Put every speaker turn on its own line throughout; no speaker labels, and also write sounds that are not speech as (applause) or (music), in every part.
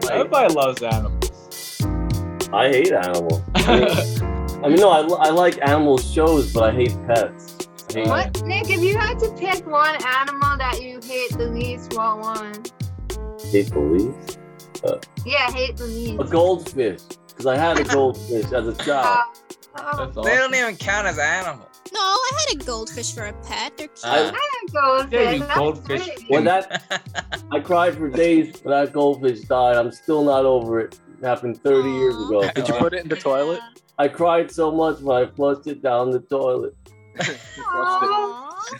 Goodbye loves animals.
I hate animals. I mean, I mean, no, I, li- I like animal shows, but I hate pets. I hate-
What, Nick? If you had to pick one animal that you hate the least, what one?
hate police.
Yeah, hate the least.
A goldfish, because I had a goldfish as a
Uh,
child.
(laughs) oh,
That's
They
awesome.
don't even count as animals.
No, I had a goldfish for a pet. They're
Ah.
cute.
I-
I had goldfish.
Yeah, you
That's
goldfish.
great.
When that, I cried for days when that goldfish died. I'm still not over it. It happened 30 years ago.
Did you put it in the toilet?
I cried so much when I flushed it down the toilet.
Flushed
(laughs)
Aw.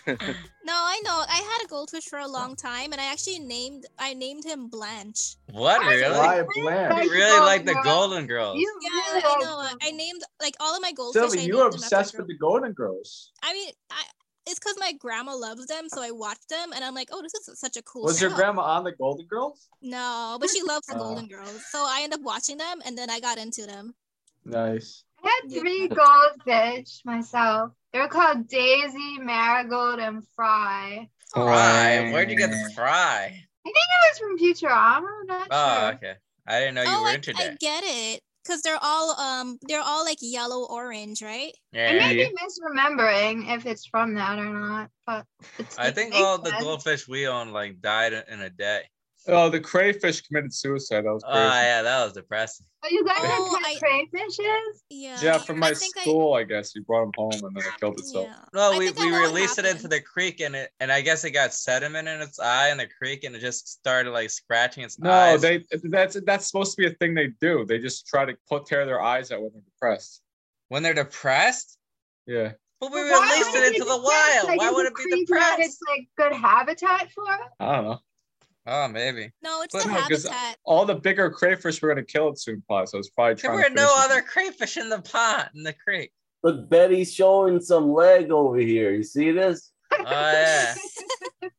no, I know. I had a goldfish for a long time, and I actually named I named him Blanche.
What really?
Why
You
bland?
really like the
Yeah.
Golden Girls.
You
Yeah,
Oh, really
I
like
know. I-
them.
I named like all of my goldfish.
Sylvie,
I
you
named
are
them after
obsessed
girl-
with the Golden Girls.
I mean, I, it's because my grandma loves them, so I watched them, and I'm like, oh, this is such a cool.
Was your
show.
grandma on the Golden Girls?
No, but she loves the
Oh.
Golden Girls, so I end up watching them, and then I got into them.
Nice.
I had three goldfish myself. They were called Daisy, Marigold, and Fry.
Fry. Where'd you get the fry?
I think it was from Futurama. I'm not
Oh,
sure.
okay. I didn't know you
oh,
were
I,
into
I
that.
get it, because they're all um, they're all like yellow orange, right?
I
Yeah.
may be misremembering if it's from that or not, but it's
I think all the goldfish we owned like died in a day.
Oh, the crayfish committed suicide. That was
Oh
crazy.
yeah, that was depressing.
Are you guys
Oh,
oh,
I-
crayfishes?
Yeah.
yeah, from my
I think I-
school, I, guess. You brought him home and then it killed itself.
yeah.
Well,
I
we,
think I
we
know what
released it into
happened.
the creek and it and I guess it got sediment in its eye in the creek and it just started like scratching its
No,
eyes.
they that's that's supposed to be a thing they do. They just try to put tear their eyes out when they're depressed.
when they're depressed.
Yeah.
But we
But why
released
would
it into the
depressed?
wild.
Like,
why
is
would
the
it be
creek not- It's
depressed?
like good habitat for it.
I don't know.
Oh, maybe.
No, it's
But
the
no, 'cause- uh,
habitat.
All the bigger crayfish were gonna kill it soon, probably. So it's probably
There
trying
were
to
no
finish it.
other crayfish in the pond in the creek.
Look, Betty's showing some leg over here. You see this?
Oh yeah.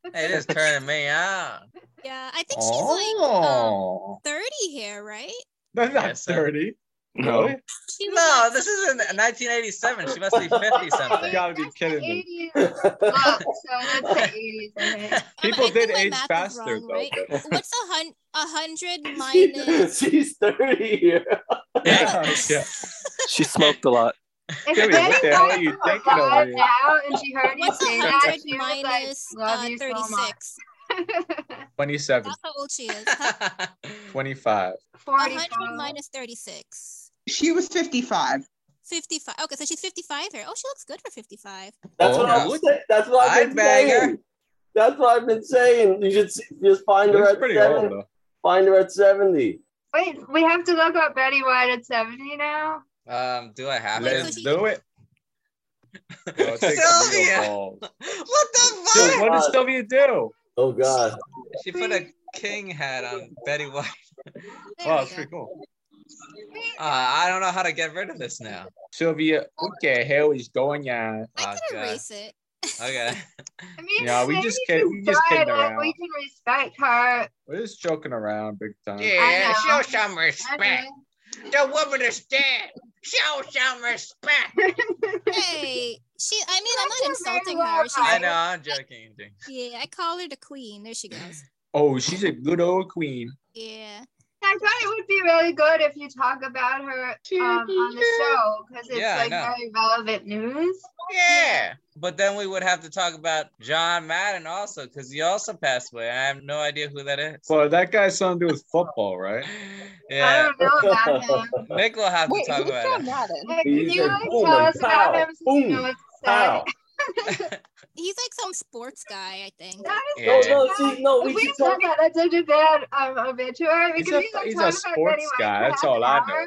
it is turning me on.
Yeah, I think she's like um,
Oh,
30 here, right?
(laughs) that's not
Yes, sir.
thirty.
No.
Really?
She was
No,
like-
this is in 1987. She must be 50
You
something. (laughs)
gotta be kidding me.
Eighties. Look, so that's the eighties. I
(laughs)
think.
I'm-
People
I think
did
my
age
math is
faster
wrong,
though. (laughs)
right?
but-
What's a hun-
(laughs)
a hundred minus?
(laughs) She's 30 here.
yeah, yeah.
She smoked a lot.
If
Jimmy,
Betty
what the hell
got
are you
to
thinking over
alive
here?
now and she heard you
What's
(laughs)
say
a
that,
hundred
she was like,
minus
"Love
uh,
you so much."
36?
Twenty-seven.
That's how old she is. huh?
That's
25.
A
40
hundred minus 36.
She was 55.
55. Okay, so she's 55 here. Oh, she looks good for 55.
That's
Oh,
what I'm
yeah.
saying. That's what I've
I'd
been
bang her.
saying. That's what I've been saying. You should see, just find her
That's
at
pretty old
seven,
though.
find her at 70.
Wait, we have to look up Betty White at 70 now.
um, do I have
Wait,
to?
so
Let's
she-
do it. Oh, it takes
Sylvia!
real (laughs) balls.
What the
Dude,
fuck?
what did Sylvia do?
Oh, God.
She put a king hat on Betty White.
There
Oh,
we
that's
go.
pretty cool.
Uh, I don't know how to get rid of this now.
Sylvia, okay, hell is going on.
I
Oh,
can
God.
erase it.
Okay.
I mean,
Yeah, we just
maybe
kid-
she's
we just kidding
good, like, We
around.
can respect her.
We're just joking around big time.
I know.
some
Okay.
The woman is dead. Show some respect.
Hey, she, I mean, I'm not
That's very
insulting
well
her. She's
I
done.
like,
know, I'm joking. dude.
yeah, I call her the queen. There she goes.
Oh, she's a good old queen.
Yeah.
I thought it would be really good if you talk about her um, on the show because it's
Yeah, I
like
know.
very relevant news.
Yeah. But then we would have to talk about John Madden also, because he also passed away. I have no idea who that is.
Well, that guy's something to do with football, right?
(laughs) Yeah.
I don't know
(laughs)
about him.
Nick will have to
Wait,
talk
who's
about
John
it.
Madden?
Like, can
He's
you
a
like
boom
tell
and
us about
pow,
him since you
boom,
know it's
Wow.
sad?
He's like some sports guy, I think.
That is
Yeah.
so
No, no,
sad.
see, no, we
If we
should
should talk
talk.
about that's such a bad um, obituary. We
He's
could
a-
be like
he's a
talking about
sports
Betty White
guy,
for
that's
half
all
an
I know.
hour.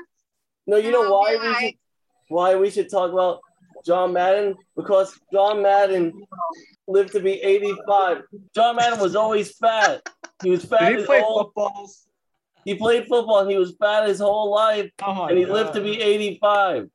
No, you know
No,
why
yeah,
we
I-
should, why we should talk about John Madden? Because John Madden lived to be 85. John Madden was always fat. He was fat
Did he
his
play
whole
football?
he played football. He was fat his whole life,
Oh my
and he lived to
God.
be 85.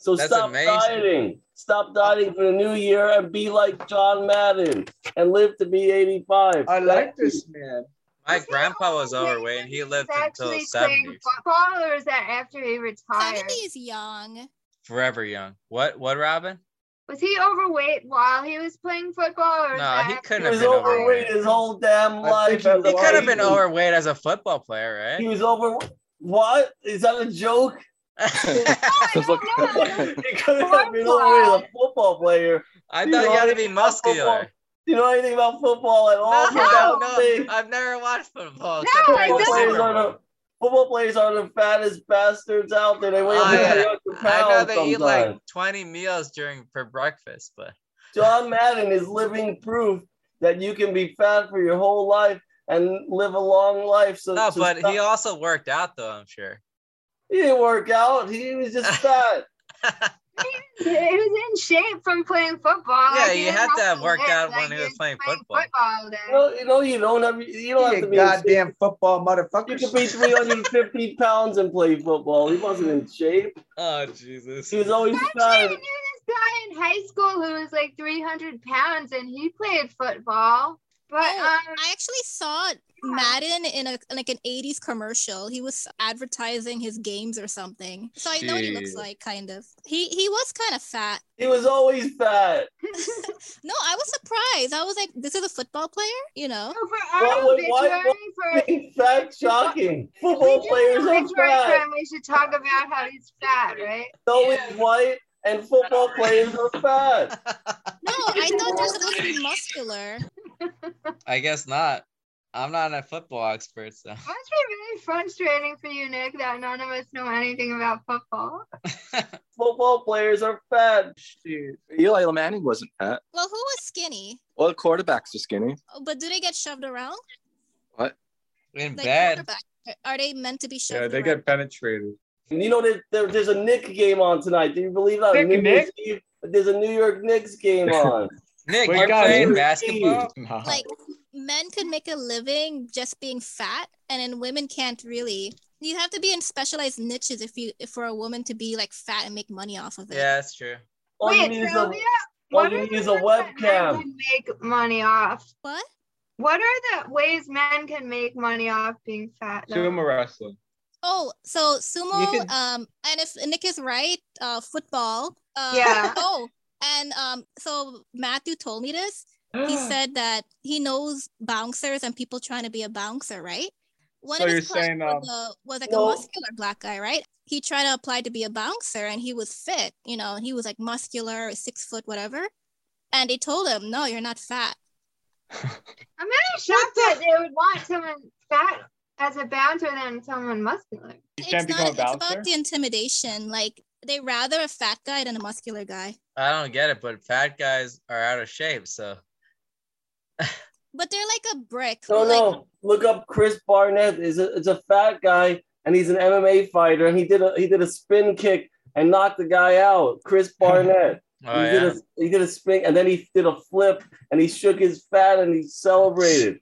So
That's
stop
amazing.
dieting. Stop dieting for the new year and be like John Madden and live to be 85.
I like this man.
My
Is he
grandpa was
always
overweight.
when
He
he was
lived until
actually playing
70s.
football, or is that after he retired?
70 is young.
Forever young. What what Robin?
Was he overweight while he was playing football? Or is
No, he
that-
couldn't
He
have
was
been
overweight (laughs)
overweight.
his whole damn
I
life.
think that's
He could have been
He was-
overweight as a football player,
He
(laughs) right?
was over. What is that a joke?
(laughs)
(laughs)
Oh, I
Look.
don't know.
he could have been overweight as a football player.
I
He
thought you had to
already
be
played football.
muscular.
Do you know anything about football at all?
No,
For
no,
God's
no.
sake.
I've never watched football.
No,
except for
I
the
Football
don't.
Super
players, are
Bowl.
the, football players are the fattest bastards out there. They weigh
Oh, yeah.
over 300
I know
pounds
they
sometimes.
eat like 20 meals during for breakfast, but
John Madden is living proof that you can be fat for your whole life and live a long life. So,
no,
so
but
stop-
he also worked out though, I'm sure. (laughs)
he didn't work out. He was just fat.
He was in shape from playing football.
Yeah,
Like, he
you
didn't
had to have worked
lift,
out when he was playing football.
all
You
day.
know, you know, you don't have you don't have
You
to be in shape.
goddamn football
You
motherfucker.
could
(laughs)
be 350 pounds and play football. He wasn't in shape.
oh Jesus.
He
(laughs)
was always
Actually, I
fat.
knew this guy in high school who was like 300 pounds and he played football. But
Oh,
um,
I actually saw Madden in a like an 80s commercial. He was advertising his games or something. So I know what he looks
Shit.
like kind of. He he was kind of fat.
He was always fat.
No, I was surprised. I was like, this is a football player, you know?
so for our
Why- why-
obituary
why-
for
Being fat shocking.
if we
Football
do
players
an
are
obituary for
fat.
him, we should talk about how he's fat, right?
So is white and football players are fat.
No, I thought they're supposed to be muscular.
I guess not. I'm not a football expert, so (laughs)
Must be really frustrating for you, Nick, that none of us know anything about football.
Football players are fat.
Eli Manning wasn't fat.
Well, who was skinny?
Well, quarterbacks are skinny.
Oh, But do they get shoved around?
in
Like
bed.
quarterback, are they meant to be shoved
Yeah, they
around?
get penetrated.
And you know that there, there's a Nick game on tonight. Do you believe that?
Nick and
New Year's Eve, there's a New York Knicks game on.
Nick,
Wait,
you're
guys,
playing
we're-
basketball?
No.
like men could make a living just being fat and then women can't really you have to be in specialized niches if you if for a woman to be like fat and make money off of it
Yeah, that's true.
All you
Wait,
need is a-
Sylvia,
all
what
you
are
need
the
is a
ways that men
webcam.
would Make money off.
what
What are the ways men can make money off being fat? though?
Sumo wrestling.
oh so sumo
You could-
um and if nick is right uh football uh,
Yeah.
(laughs) oh and um so matthew told me this he said that he knows bouncers and people trying to be a bouncer right one
So
of
you're
his clients
saying, um,
was, a, was like
Well-
a muscular black guy, right? He tried to apply to be a bouncer and he was fit, you know, and he was like muscular, six foot, whatever. And they told him, no, you're not fat.
I'm really shocked that they would want someone fat as a bouncer than someone muscular.
You can't
it's
become a
not, it's
bouncer.
about the intimidation. Like they rather a fat guy than a muscular guy.
I don't get it, but fat guys are out of shape, so
But they're like a brick.
No,
like,
no. Look up Chris Barnett. Is a, it's a fat guy, and he's an MMA fighter, and he did a he did a spin kick and knocked the guy out.
(laughs)
Chris Barnett.
oh,
he
yeah.
did a he did a spin, and then he did a flip, and he shook his fat, and he celebrated.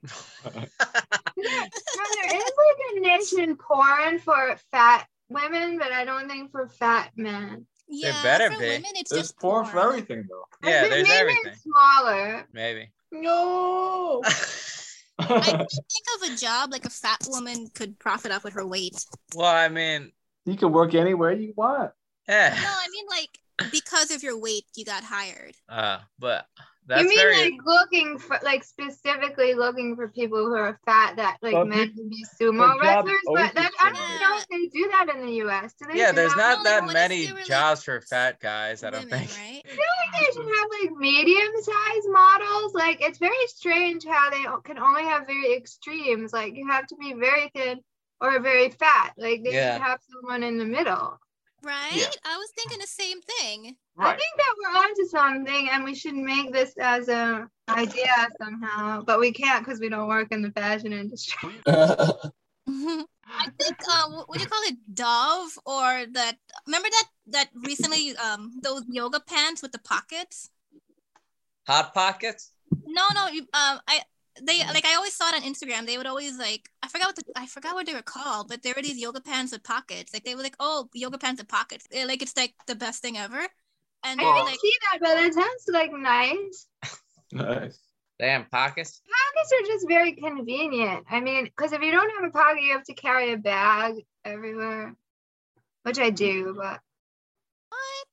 No, there is like a niche in porn for fat women, but I don't think for fat men.
yeah,
better
for
be.
women, it's
There's
just
porn for
porn.
everything though.
I
Yeah,
think
there's
maybe
everything.
it's Smaller.
Maybe. (laughs)
No.
I (laughs)
(laughs)
can't think of a job like a fat woman could profit off with her weight.
Well, I mean, eh.
you can work anywhere you want.
yeah.
No, I mean like because of your weight, you got hired.
Uh, but that's
you mean
very
like looking for like specifically looking for people who are fat that like
Well,
men can be
well,
sumo
job
wrestlers,
always
but that,
is
I don't
sumo.
know if they do that in the U.S. Do they?
yeah,
do
there's
that?
not
No,
that
no, what if
many
they were, like,
jobs for fat guys, I don't
Women,
think.
right?
I think they should have like medium sized models. Like it's very strange how they o- can only have very extremes. Like you have to be very thin or very fat. Like they
Yeah.
should have someone in the middle.
Right? I was thinking the same thing.
I think that we're onto something and we should make this as an idea somehow, but we can't because we don't work in the fashion industry.
I think uh, what, what do you call it, Dove or that? Remember that that recently um those yoga pants with the pockets?
(laughs) Hot pockets?
No, no. you- Um, I they like I always saw it on Instagram. They would always like I forgot what the, I forgot what they were called, but there were these yoga pants with pockets. Like they were like oh yoga pants with pockets. They're like it's like the best thing ever. And
I
they were
didn't
like
see that, but it sounds like nice.
Nice.
Damn pockets.
Pockets are just very convenient. I mean, because if you don't have a pocket, you have to carry a bag everywhere, which I do, but
what?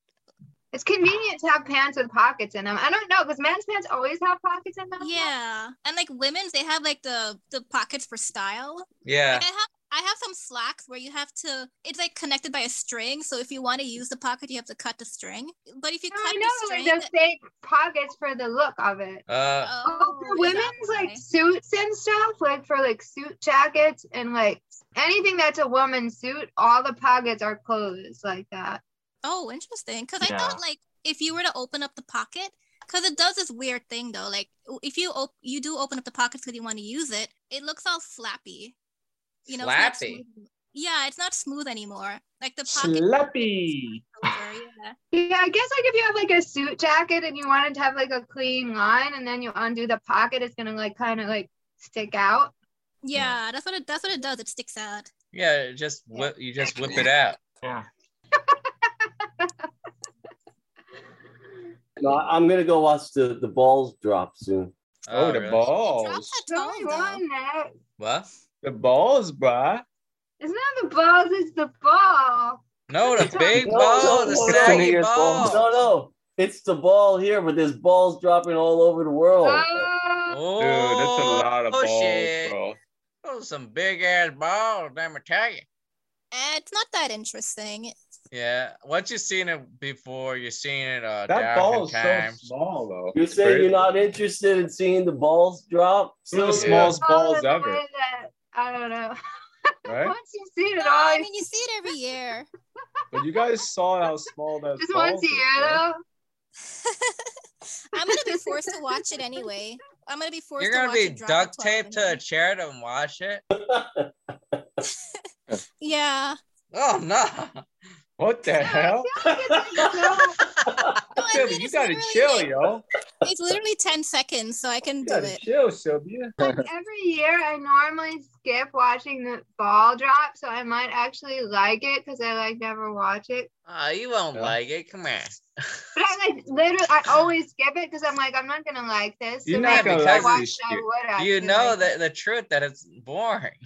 It's convenient to have pants with pockets in them. I don't know because men's pants always have pockets in them.
Yeah, and like women's, they have like the the pockets for style.
Yeah.
Like I have I have some slacks where you have to. It's like connected by a string, so if you want to use the pocket, you have to cut the string. But if you
No,
cut
I
the
know like
string,
those fake pockets for the look of it.
Uh,
Oh,
oh,
for
is that
women's like
why?
suits and stuff, like for like suit jackets and like anything that's a woman's suit, all the pockets are closed like that.
Oh, interesting. Because I
Yeah.
thought like if you were to open up the pocket, because it does this weird thing though. Like w- if you op- you do open up the pocket because you want to use it, it looks all flappy. You know, it's not
Flappy?
smooth. Yeah, it's not smooth anymore. Like the pocket.
Slappy.
over, yeah.
Yeah, I guess like if you have like a suit jacket and you wanted to have like a clean line and then you undo the pocket, it's gonna like kind of like stick out.
yeah, that's what it. That's what it does. It sticks out.
yeah, just whip, you just whip it out.
Yeah.
No, I'm gonna go watch the, the balls drop soon.
(laughs) Oh, the
really?
Drop
balls.
that
Tell
tone
me
though.
one that
What?
The balls, bruh.
it's not the balls, it's the ball.
No, the big
No,
ball,
no,
the
no, no.
saggy
Phineas
ball.
Balls.
No, no, it's the ball here, but there's balls dropping all over the world.
Oh,
Oh,
Dude, that's a lot of
oh,
balls,
shit.
bro.
Oh, Those are some big ass balls, let me tell you.
Eh, It's not that interesting.
Yeah, once you've seen it before, you've seen it a
That ball
thousand
is so
times.
small, though.
You're
It's
saying
crazy.
you're not interested in seeing the balls drop?
It's one of the
Yeah.
smallest
Oh,
all
balls
the
ever,
way that- I don't know. (laughs)
right?
Once you see it
No,
all,
I
you
mean, you see it every year.
But you guys saw how small those
just
balls
once a
is,
year
right?
though.
I'm gonna be forced to watch it anyway. I'm gonna be forced.
You're
to
gonna
watch
be
it drop at
duct
12
taped to a
anyway.
chair to watch it.
Yeah.
Oh no! (laughs)
What the hell?
No, I
Sylvia,
mean,
you
it's
gotta
literally,
chill,
like-
yo.
It's literally 10 seconds, so I can
You
do
gotta
it.
chill, Sylvia. (laughs)
like every year I normally skip watching the ball drop, so I might actually like it because I like never watch it.
Oh, you won't
Yeah.
like it. Come here.
But I like literally I always skip it because I'm like, I'm not gonna like this.
You're
not
maybe
gonna
if I
like
watched
this
it, I
shit.
would actually
You know
like it.
that the truth that it's boring. (laughs)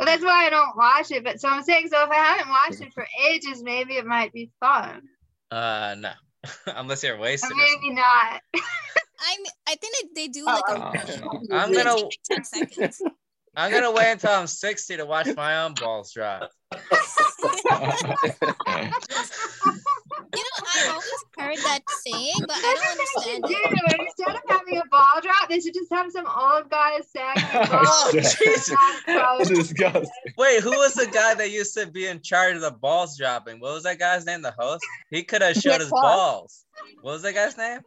Well, that's why I don't watch it. But so I'm saying, so if I haven't watched it for ages, maybe it might be fun.
Uh, no, (laughs) unless you're wasted.
Or
or
maybe not.
I mean, I think they, they do
Oh,
like a
I don't know.
something. Oh, I'm gonna,
10 seconds.
I'm gonna wait until I'm 60 to watch my own balls drop.
You know, I always heard that saying, but I
That's what
(laughs)
don't
they should
understand
do.
it.
Instead of having a ball drop, they should just have some old guy
(laughs)
sagging
Oh,
balls.
Jesus.
(laughs) Disgusting.
Wait, who was the guy that used to be in charge of the balls dropping? What was that guy's name? The host? He could have showed
Dick
his
Clark.
balls. What was that guy's name?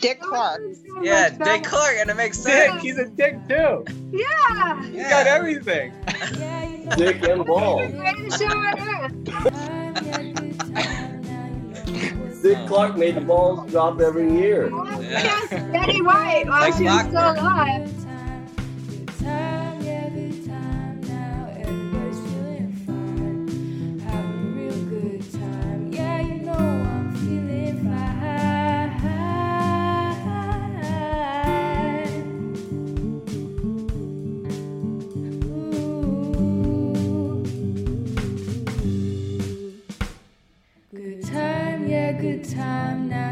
Dick Clark.
Oh
Yeah, Dick Clark, and it makes
Dick,
sense.
he's a dick too.
Yeah.
He's got
Yeah.
everything.
Dick and balls.
Greatest show on earth.
Dick Clark made the balls drop every year.
Yeah.
Yes, Betty White while
Like
she was still
clockwork.
alive.
Good time, yeah, good time now.